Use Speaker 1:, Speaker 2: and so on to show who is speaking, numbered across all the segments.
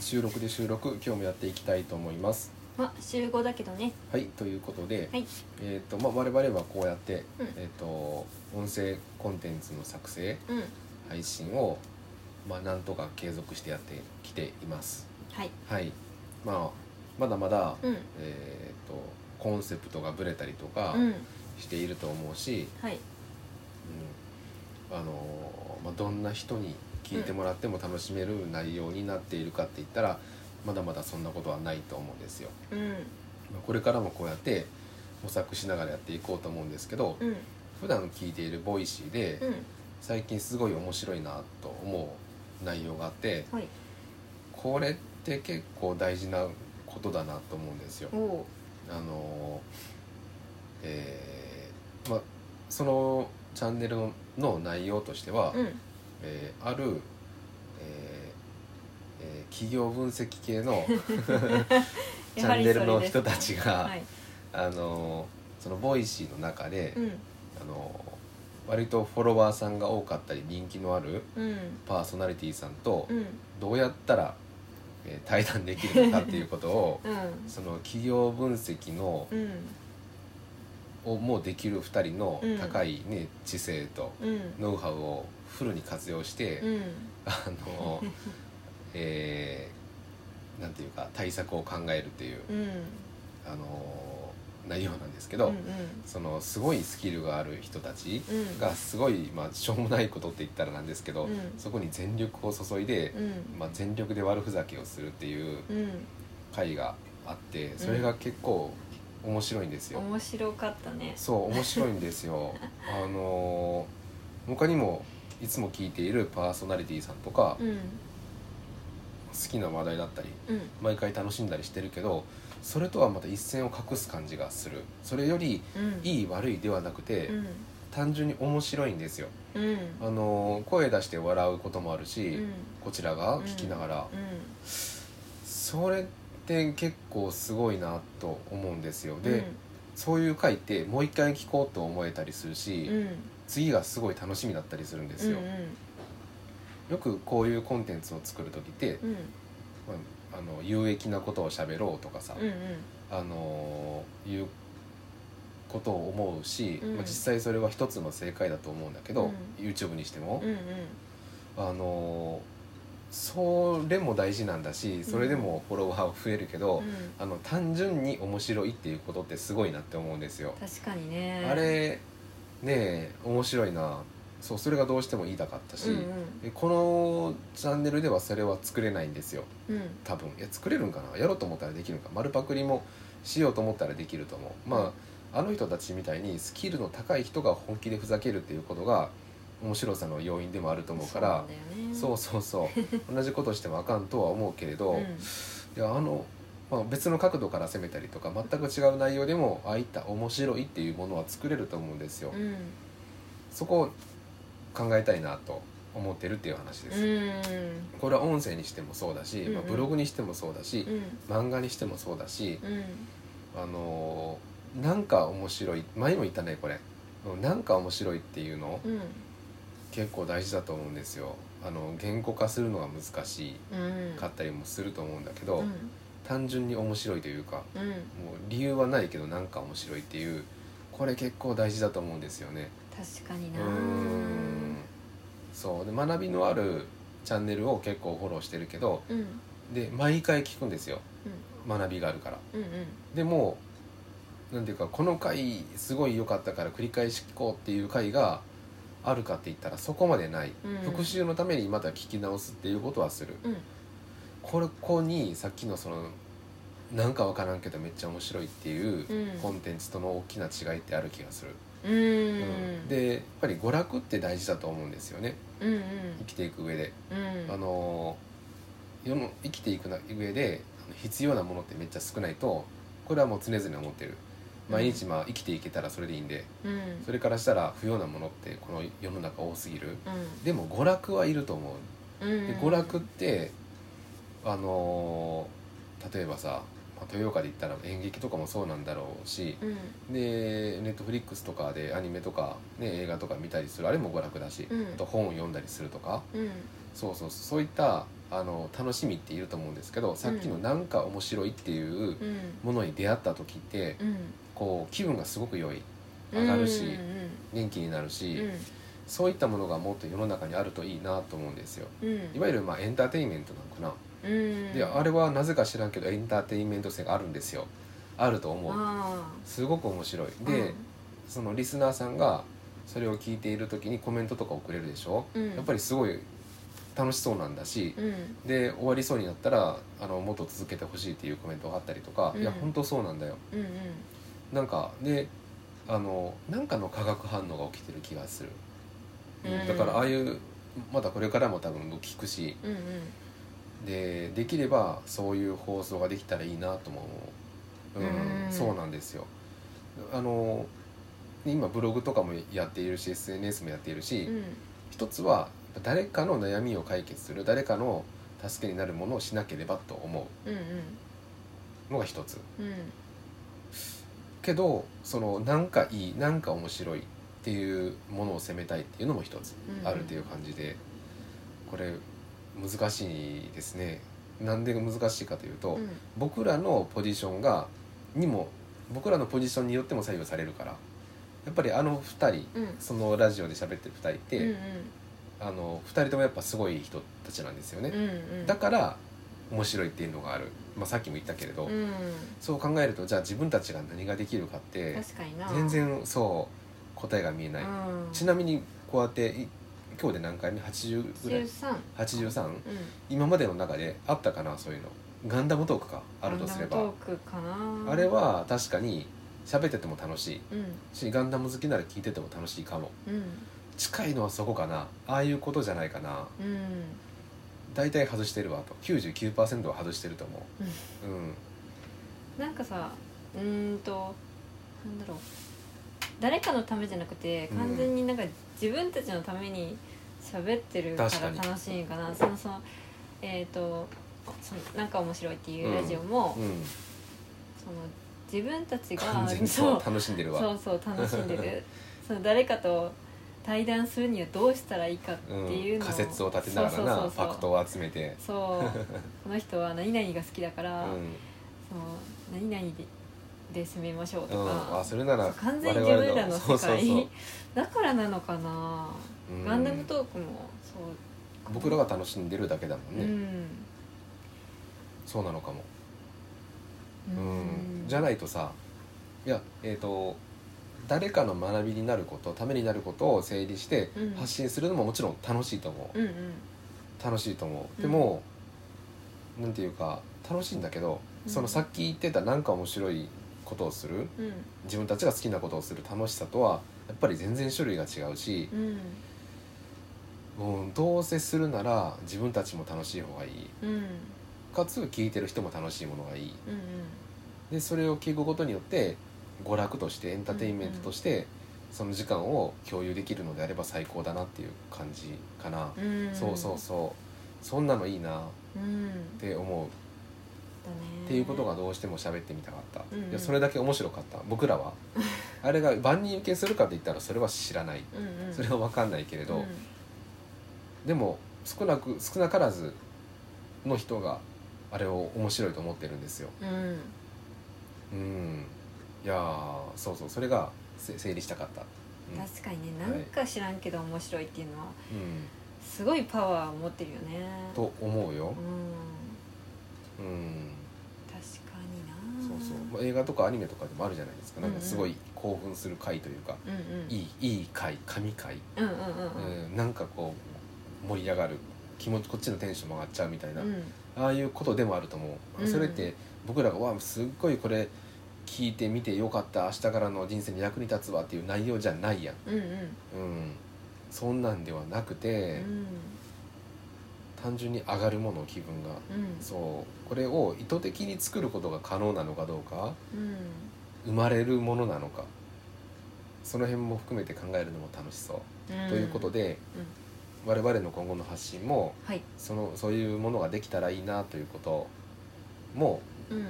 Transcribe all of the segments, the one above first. Speaker 1: 収録で収録今日もやっていきたいと思います
Speaker 2: まあ集合だけどね
Speaker 1: はいということで、
Speaker 2: はい
Speaker 1: えっ、とまあ我々はこうやって、
Speaker 2: うん
Speaker 1: えっ、と音声コンテンツの作成
Speaker 2: うん
Speaker 1: 配信をまあなんとか継続してやってきています
Speaker 2: はい
Speaker 1: はいまあまだまだ、
Speaker 2: うん
Speaker 1: えっ、とコンセプトがぶれたりとか
Speaker 2: うん
Speaker 1: していると思うし、
Speaker 2: はい
Speaker 1: うんあのーまあ、どんな人に聞いてもらっても楽しめる内容になっているかって言ったら、まだまだそんなことはないと思うんですよ。
Speaker 2: うん
Speaker 1: まあこれからもこうやって模索しながらやっていこうと思うんですけど、
Speaker 2: うん
Speaker 1: 普段聞いているボイシーで、
Speaker 2: うん
Speaker 1: 最近すごい面白いなと思う内容があって
Speaker 2: はい
Speaker 1: これって結構大事なことだなと思うんですよ。
Speaker 2: おお
Speaker 1: あのーえーまあ、そのチャンネルのの内容としては、
Speaker 2: うん
Speaker 1: えーある、えーえー企業分析系 のチ
Speaker 2: や
Speaker 1: ャ
Speaker 2: は
Speaker 1: ン
Speaker 2: り
Speaker 1: ネルの
Speaker 2: それです
Speaker 1: 人たちが、
Speaker 2: はい
Speaker 1: あのーそのボイシーの中で、
Speaker 2: うん
Speaker 1: あのー割とフォロワーさんが多かったり人気のある
Speaker 2: うん
Speaker 1: パーソナリティさんと
Speaker 2: うん
Speaker 1: どうやったら、えー対談できるのかっていうことを
Speaker 2: うん
Speaker 1: その企業分析の
Speaker 2: うん
Speaker 1: をもうできる2人の
Speaker 2: うん
Speaker 1: 高い、ね、知性と
Speaker 2: うん
Speaker 1: ノウハウをフルに活用して、
Speaker 2: うん
Speaker 1: あのえーなんていうか対策を考えるっていう、
Speaker 2: うん
Speaker 1: あの内容なんですけ
Speaker 2: う
Speaker 1: ど、
Speaker 2: ん
Speaker 1: そのすごいスキルがある人たち
Speaker 2: うんうん
Speaker 1: がすごい、まあ、しょうもないことって言ったらなんですけど、
Speaker 2: うん
Speaker 1: そこに全力を注いで
Speaker 2: う、ん
Speaker 1: まあ、全力で悪ふざけをするっていう
Speaker 2: うん
Speaker 1: 回があってそれが結構面白いんですよ。
Speaker 2: 面白かったね
Speaker 1: そう面白いんです よあの他にもいつも聞いているパーソナリティさんとか、
Speaker 2: うん
Speaker 1: 好きな話題だったり
Speaker 2: うん
Speaker 1: 毎回楽しんだりしてるけどそれとはまた一線を画す感じがするそれより
Speaker 2: うんい
Speaker 1: いい悪いではなくて、
Speaker 2: うん
Speaker 1: 単純に面白いんですよ
Speaker 2: うんうん
Speaker 1: あの声出して笑うこともあるし、
Speaker 2: うん
Speaker 1: こちらが聞きながら、それって結構すごいなと思うんですよで、そういう回ってもう一回聞こうと思えたりするし、
Speaker 2: うんうん
Speaker 1: 次がすごい楽しみだったりするんですよ、よくこういうコンテンツを作る時って、
Speaker 2: うんうん
Speaker 1: まあ、あの有益なことを喋ろうとかさ、
Speaker 2: うんうん
Speaker 1: あのーいうことを思うし、
Speaker 2: うん
Speaker 1: まあ、実際それは一つの正解だと思うんだけど、
Speaker 2: う
Speaker 1: YouTube にしても
Speaker 2: う、んうん
Speaker 1: あのーそれも大事なんだしそれでもフォロワーは増えるけど、
Speaker 2: うん
Speaker 1: あの単純に面白いっていうことってすごいなって思うんですよ。
Speaker 2: 確かにね
Speaker 1: あれねえ面白いなそうそれがどうしても言いたかったし、
Speaker 2: うん
Speaker 1: でこのチャンネルではそれは作れないんですよ
Speaker 2: うんうん
Speaker 1: 多分いや作れるんかなやろうと思ったらできるんか丸パクリもしようと思ったらできると思うまああの人たちみたいにスキルの高い人が本気でふざけるっていうことが面白さの要因でもあると思うからそううそうそう 同じことしてもあかんとは思うけれど、
Speaker 2: なん
Speaker 1: い
Speaker 2: だよね
Speaker 1: やあの、まあ、別の角度から攻めたりとか全く違う内容でもああいった面白いっていうものは作れると思うんですよ、
Speaker 2: うん
Speaker 1: そこを考えたいなと思ってるっていう話です、
Speaker 2: うん
Speaker 1: これは音声にしてもそうだし、まあ
Speaker 2: うんうん
Speaker 1: ブログにしてもそうだし
Speaker 2: う、ん
Speaker 1: 漫画にしてもそうだし、
Speaker 2: うん
Speaker 1: あのーなんか面白い前も言ったねこれなんか面白いっていうの
Speaker 2: うん
Speaker 1: 結構大事だと思うんですよあの言語化するのが難し
Speaker 2: うん
Speaker 1: かったりもすると思うんだけど、
Speaker 2: うん
Speaker 1: 単純に面白いというか
Speaker 2: うん
Speaker 1: もう理由はないけどなんか面白いっていうこれ結構大事だと思うんですよね
Speaker 2: 確かに
Speaker 1: う
Speaker 2: な
Speaker 1: ーんそうで学びのあるチャンネルを結構フォローしてるけど
Speaker 2: うん
Speaker 1: で毎回聞くんですよ学びがあるから
Speaker 2: うんうん
Speaker 1: でもなんていうかこの回すごい良かったから繰り返し聞こうっていう回があるかって言ったらそこまでない、
Speaker 2: うん
Speaker 1: 復習のためにまた聞き直すっていうことはする
Speaker 2: うん
Speaker 1: ここにさっきのそのなんかわからんけどめっちゃ面白いっていう
Speaker 2: うん
Speaker 1: コンテンツとの大きな違いってある気がする、
Speaker 2: うん
Speaker 1: うんでやっぱり娯楽って大事だと思うんですよね
Speaker 2: うんうん
Speaker 1: 生きていく上で、
Speaker 2: うん
Speaker 1: あの世の生きていくな上であの必要なものってめっちゃ少ないとこれはもう常々思ってる毎日まあ生きていけたらそれでいいんで
Speaker 2: うん
Speaker 1: それからしたら不要なものってこの世の中多すぎる
Speaker 2: う
Speaker 1: でも娯楽はいると思
Speaker 2: ん
Speaker 1: う
Speaker 2: う
Speaker 1: で
Speaker 2: ん
Speaker 1: 娯楽ってあの例えばさまあ豊岡で言ったら演劇とかもそうなんだろうし
Speaker 2: うん
Speaker 1: でネットフリックスとかでアニメとか、ね、映画とか見たりするあれも娯楽だし、
Speaker 2: うん
Speaker 1: あと本を読んだりするとか
Speaker 2: うん
Speaker 1: そうそうそうそういったああの楽しみっていると思うんですけどさっきの「なんか面白い」っていう
Speaker 2: うん
Speaker 1: ものに出会った時って
Speaker 2: うん
Speaker 1: こう気分がすごく良い
Speaker 2: うん
Speaker 1: 上がるし
Speaker 2: うん
Speaker 1: 元気になるし、
Speaker 2: うん
Speaker 1: そういったものがもっと世の中にあるといいなと思うんですよ
Speaker 2: うん
Speaker 1: いわゆるまあエンターテインメントなのかな、
Speaker 2: うん
Speaker 1: であれはなぜか知らんけどエンターテインメント性があるんですよあると思う
Speaker 2: あ
Speaker 1: すごく面白い
Speaker 2: ー
Speaker 1: で、そのリスナーさんがそれを聞いている時にコメントとか送れるでしょ、
Speaker 2: うん
Speaker 1: やっぱりすごい楽しそうなんだし、
Speaker 2: うん
Speaker 1: で終わりそうになったらあのもっと続けてほしいっていうコメントを貼ったりとか、
Speaker 2: うん
Speaker 1: いや本当そうなんだよ
Speaker 2: うんうん
Speaker 1: なんかであのなんかの化学反応が起きてる気がする、
Speaker 2: うん
Speaker 1: だからああいうまだこれからも多分聞くし
Speaker 2: うん
Speaker 1: でできればそういう放送ができたらいいなとも思う、うん
Speaker 2: うん
Speaker 1: そうなんですよあの今ブログとかもやっているし SNS もやっているし、
Speaker 2: うん
Speaker 1: 一つは誰かの悩みを解決する誰かの助けになるものをしなければと思
Speaker 2: うん
Speaker 1: うのが一つ
Speaker 2: うんうん
Speaker 1: けどそのなんかいいなんか面白いっていうものを責めたいっていうのも一つ
Speaker 2: うん
Speaker 1: あるっていう感じでこれ難しいですねなんで難しいかというと、
Speaker 2: うん
Speaker 1: 僕らのポジションがにも僕らのポジションによっても左右されるからやっぱりあの2人
Speaker 2: うん
Speaker 1: そのラジオで喋ってる2人って、
Speaker 2: うん
Speaker 1: あの2人ともやっぱすごい人たちなんですよ
Speaker 2: う
Speaker 1: ね、
Speaker 2: んうん
Speaker 1: だから面白いっていうのがある、まあ、さっきも言ったけれど、
Speaker 2: うん
Speaker 1: そう考えるとじゃあ自分たちが何ができるかって
Speaker 2: 確かにな
Speaker 1: 全然そう答えが見えない、
Speaker 2: うん
Speaker 1: ちなみにこうやってい今日で何回目80ぐらい
Speaker 2: 13
Speaker 1: 83
Speaker 2: うん
Speaker 1: 今までの中であったかなそういうのガンダムトークかあるとすれ
Speaker 2: ガンダ
Speaker 1: ば
Speaker 2: ムトークかな
Speaker 1: あれは確かに喋ってても楽しい
Speaker 2: うん
Speaker 1: しガンダム好きなら聞いてても楽しいかも
Speaker 2: うん
Speaker 1: 近いのはそこかなああいうことじゃないかな
Speaker 2: うん
Speaker 1: 大体外してるわと99%は外してると思ううん
Speaker 2: なんかさうーんとなんだろう誰かのためじゃなくて
Speaker 1: うん
Speaker 2: 完全になんか自分たちのために喋ってるから
Speaker 1: 確かに
Speaker 2: 楽しいんかなそのそのえっ、とそのなんか面白いっていうラジオも、
Speaker 1: うん、
Speaker 2: その自分たち
Speaker 1: 完
Speaker 2: が
Speaker 1: 全に
Speaker 2: そう
Speaker 1: 楽しんでる
Speaker 2: そ
Speaker 1: わ
Speaker 2: うそう楽しんで るその誰かと対談するにはどうしたらいいかって
Speaker 1: う、
Speaker 2: いうんのを
Speaker 1: 仮説を立てながらな
Speaker 2: そ
Speaker 1: フ
Speaker 2: うそうそうそう
Speaker 1: ァクトを集めて、
Speaker 2: そうこの人は何々が好きだか
Speaker 1: う
Speaker 2: ら、
Speaker 1: ん
Speaker 2: その何々でで攻めましょう
Speaker 1: う
Speaker 2: と
Speaker 1: ん、
Speaker 2: か
Speaker 1: あ、それなら
Speaker 2: 完全に自分らの世界
Speaker 1: そうそうそう
Speaker 2: だからなのかな、
Speaker 1: うん
Speaker 2: ガンダムトークもそう
Speaker 1: 僕らが楽しんでるだけだもんね、
Speaker 2: うん、
Speaker 1: そうなのかも、
Speaker 2: う
Speaker 1: うん、じゃないとさいやえっ、と誰かの学びになることためになることを整理して
Speaker 2: うん
Speaker 1: 発信するのももちろん楽しいと思う、
Speaker 2: うんうん
Speaker 1: 楽しいと思う
Speaker 2: うん
Speaker 1: でも、なんていうか楽しいんだけど、
Speaker 2: うん
Speaker 1: そのさっき言ってたなんか面白いことをする
Speaker 2: うん
Speaker 1: 自分たちが好きなことをする楽しさとはやっぱり全然種類が違うし、
Speaker 2: うん
Speaker 1: うん、どうせするなら自分たちも楽しい方がいい
Speaker 2: うんうん
Speaker 1: かつ聞いてる人も楽しいものがいい
Speaker 2: うん
Speaker 1: でそれを聞くことによって娯楽としてエンターテインメントとしてその時間を共有できるのであれば最高だなっていう感じかな、
Speaker 2: うんうん
Speaker 1: そうそうそうそんなのいいなっ
Speaker 2: うんだね
Speaker 1: て思うっていうことがどうしても喋ってみたかった、
Speaker 2: うんうん
Speaker 1: いやそれだけ面白かった僕ら はあれが万人受けするかって言ったらそれは知らない
Speaker 2: うんうん
Speaker 1: それは分かんないけれど、
Speaker 2: うん
Speaker 1: でも少なく少なからずの人があれを面白いと思ってるんですよ
Speaker 2: うん
Speaker 1: うんいやーそうそうそれがせ整理したかった、うん
Speaker 2: 確かにねなんか知らんけど面白いっていうのは
Speaker 1: うん
Speaker 2: すごいパワーを持ってるよね
Speaker 1: と思う
Speaker 2: う
Speaker 1: よ
Speaker 2: ん
Speaker 1: うん
Speaker 2: 確かにな
Speaker 1: そうそうまあ映画とかアニメとかでもあるじゃないですかなんかすごい興奮する回というか、
Speaker 2: うんうん
Speaker 1: いいいい回神回
Speaker 2: うんうんう
Speaker 1: う
Speaker 2: ん
Speaker 1: んなんかこう盛り上がる気持ちこっちのテンションも上がっちゃうみたいな、
Speaker 2: うん
Speaker 1: ああいうことでもあると思う、
Speaker 2: うん
Speaker 1: それって僕らが「わあすっごいこれ聞いてみてよかった明日からの人生に役に立つわ」っていう内容じゃないやん、
Speaker 2: うんうん
Speaker 1: うん、そんなんではなく
Speaker 2: う
Speaker 1: て、
Speaker 2: ん
Speaker 1: 単純に上がるもの気分が
Speaker 2: うん
Speaker 1: そうこれを意図的に作ることが可能なのかどうか
Speaker 2: うん
Speaker 1: 生まれるものなのかその辺も含めて考えるのも楽しそう、ということで、我々の今後の発信も
Speaker 2: はい
Speaker 1: そのそういうものができたらいいなということも
Speaker 2: うん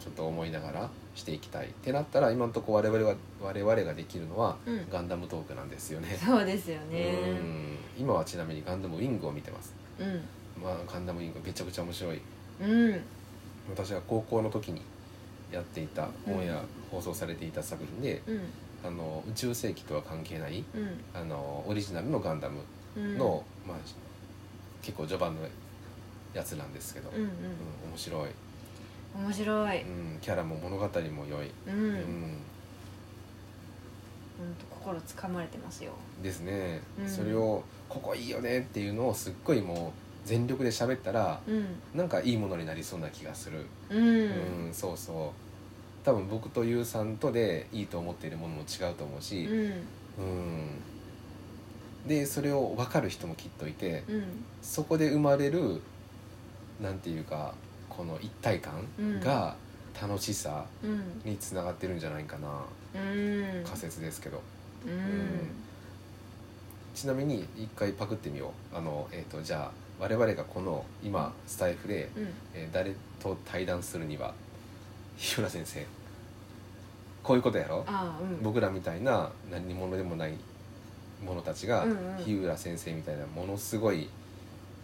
Speaker 1: ちょっと思いながらしていきたいってなったら今のところ我々は我々ができるのは
Speaker 2: うん
Speaker 1: ガンダムトークなんですよね。
Speaker 2: そうですよね
Speaker 1: うん今はちなみにガンダムウィングを見てます。
Speaker 2: うん
Speaker 1: まあ、カンダムイングめちゃくちゃ面白い
Speaker 2: うん
Speaker 1: 私が高校の時にやっていた
Speaker 2: うん
Speaker 1: オンエア放送されていた作品で、
Speaker 2: うん
Speaker 1: あの宇宙世紀とは関係ない
Speaker 2: うん
Speaker 1: あのオリジナルのガンダム
Speaker 2: うん
Speaker 1: の、まあ、結構序盤のやつなんですけど、
Speaker 2: うんうん
Speaker 1: うん面白い、
Speaker 2: 面白い
Speaker 1: うん、キャラも物語も良い、
Speaker 2: う
Speaker 1: うん
Speaker 2: んうんと心つかまれてますよ
Speaker 1: ですね、
Speaker 2: うん
Speaker 1: それを「ここいいよね」っていうのをすっごいもう全力で喋ったら
Speaker 2: うん
Speaker 1: なんかいいものになりそうな気がする、
Speaker 2: うん
Speaker 1: うんそうそう多分僕とゆうさんとでいいと思っているものも違うと思う
Speaker 2: う
Speaker 1: し、
Speaker 2: ん
Speaker 1: うんでそれを分かる人もきっといて
Speaker 2: うん
Speaker 1: そこで生まれるなんていうかこの一体感
Speaker 2: うん
Speaker 1: が楽しさ
Speaker 2: うん
Speaker 1: につながってるんじゃないかな
Speaker 2: うん
Speaker 1: 仮説ですけど
Speaker 2: うん
Speaker 1: ちなみに一回パクってみようあの、えー、とじゃあ我々がこの今スタイフで、
Speaker 2: うん
Speaker 1: えー誰と対談するには日浦先生こういうことやろ
Speaker 2: ああうん
Speaker 1: 僕らみたいな何者でもない者たちが、
Speaker 2: うんうん
Speaker 1: 日浦先生みたいなものすごい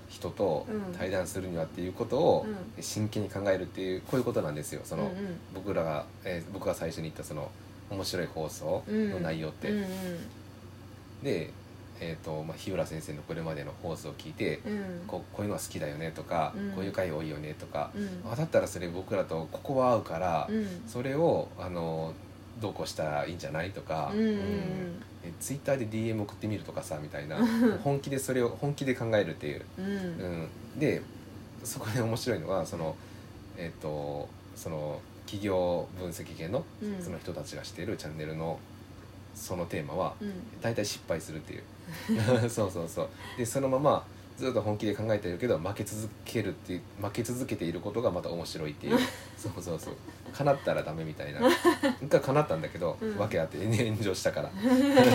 Speaker 1: 人と
Speaker 2: うん
Speaker 1: 対談するにはっていうことを
Speaker 2: う
Speaker 1: 真剣に考えるっていうこういうことなんですよその、
Speaker 2: うんうん
Speaker 1: 僕らが、えー僕が最初に言ったその面白い放送の内容って。
Speaker 2: うんうん
Speaker 1: で、えーとまあ、日浦先生のこれまでの放送を聞いて、
Speaker 2: うん
Speaker 1: ここういうのは好きだよねとか、
Speaker 2: うん
Speaker 1: こういう回多いよねとか、
Speaker 2: うん
Speaker 1: あだったらそれ僕らとここは合うから、
Speaker 2: うん
Speaker 1: それをあのどうこうしたらいいんじゃないとか、
Speaker 2: うんうんうん
Speaker 1: えツイッターで DM 送ってみるとかさみた いな本気でそれを本気で考えるっていう、
Speaker 2: うん
Speaker 1: うん、でそこで面白いのがそのえっ、とその企業分析系の
Speaker 2: うん
Speaker 1: その人たちがしているチャンネルのそのテーマは
Speaker 2: うん
Speaker 1: 大体失敗するっていう そうそうそうでそのままずっと本気で考えてるけど負け続けるっていう負け続けていることがまた面白いっていう そうそうそう叶ったらダメみたいなが叶ったんだけど、
Speaker 2: うん
Speaker 1: わけあって 炎上したから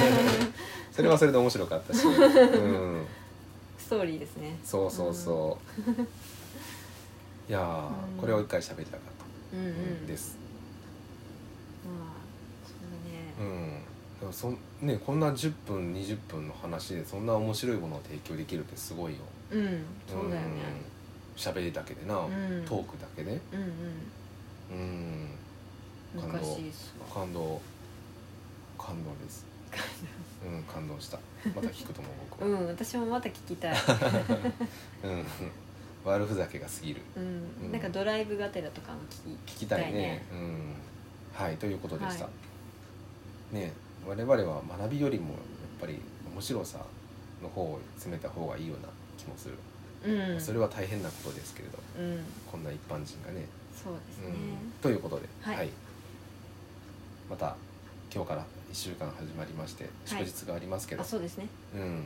Speaker 1: それはそれで面白かったし、うん、
Speaker 2: ストーリーですね
Speaker 1: そうそうそう、いやー、
Speaker 2: うん
Speaker 1: これを一回喋りたかった、
Speaker 2: うんうん
Speaker 1: です、う
Speaker 2: まあそうだね
Speaker 1: んでもそんね、こんな10分20分の話でそんな面白いものを提供できるってすごいよ
Speaker 2: うんそうだよね
Speaker 1: うん喋りだけでな、
Speaker 2: うん
Speaker 1: トークだけで
Speaker 2: うん
Speaker 1: うん
Speaker 2: うん
Speaker 1: 感動
Speaker 2: 昔っすわ
Speaker 1: 感動感動ですうん感動したまた聞くと思う僕
Speaker 2: う
Speaker 1: は
Speaker 2: ん私もまた聞きたい
Speaker 1: うん、悪ふざけが過ぎる
Speaker 2: う
Speaker 1: うんん
Speaker 2: なんかドライブがてらとかも聞き
Speaker 1: 聞きたいねうんはいということでした、ね我々は学びよりもやっぱり面白さの方を詰めた方がいいような気もする、
Speaker 2: うん
Speaker 1: それは大変なことですけれど
Speaker 2: うん
Speaker 1: こんな一般人がね
Speaker 2: そうです
Speaker 1: う
Speaker 2: ね
Speaker 1: んということで、
Speaker 2: はい
Speaker 1: また今日から1週間始まりまして祝日がありますけど、
Speaker 2: あそうですね
Speaker 1: うん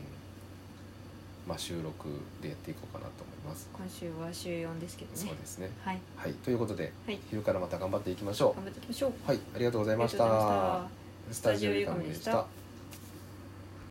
Speaker 1: まあ、収録でやっていこうかなと思います。
Speaker 2: 今週は週4ですけど
Speaker 1: そう
Speaker 2: ね
Speaker 1: ですね、
Speaker 2: はい
Speaker 1: はい、ということで
Speaker 2: はい
Speaker 1: 昼からまた頑張っていきましょ
Speaker 2: 頑張っていきましょう
Speaker 1: う。はい、ありがとうございまし
Speaker 2: ありがとうございま
Speaker 1: た
Speaker 2: し。
Speaker 1: スタジオゆかみでした。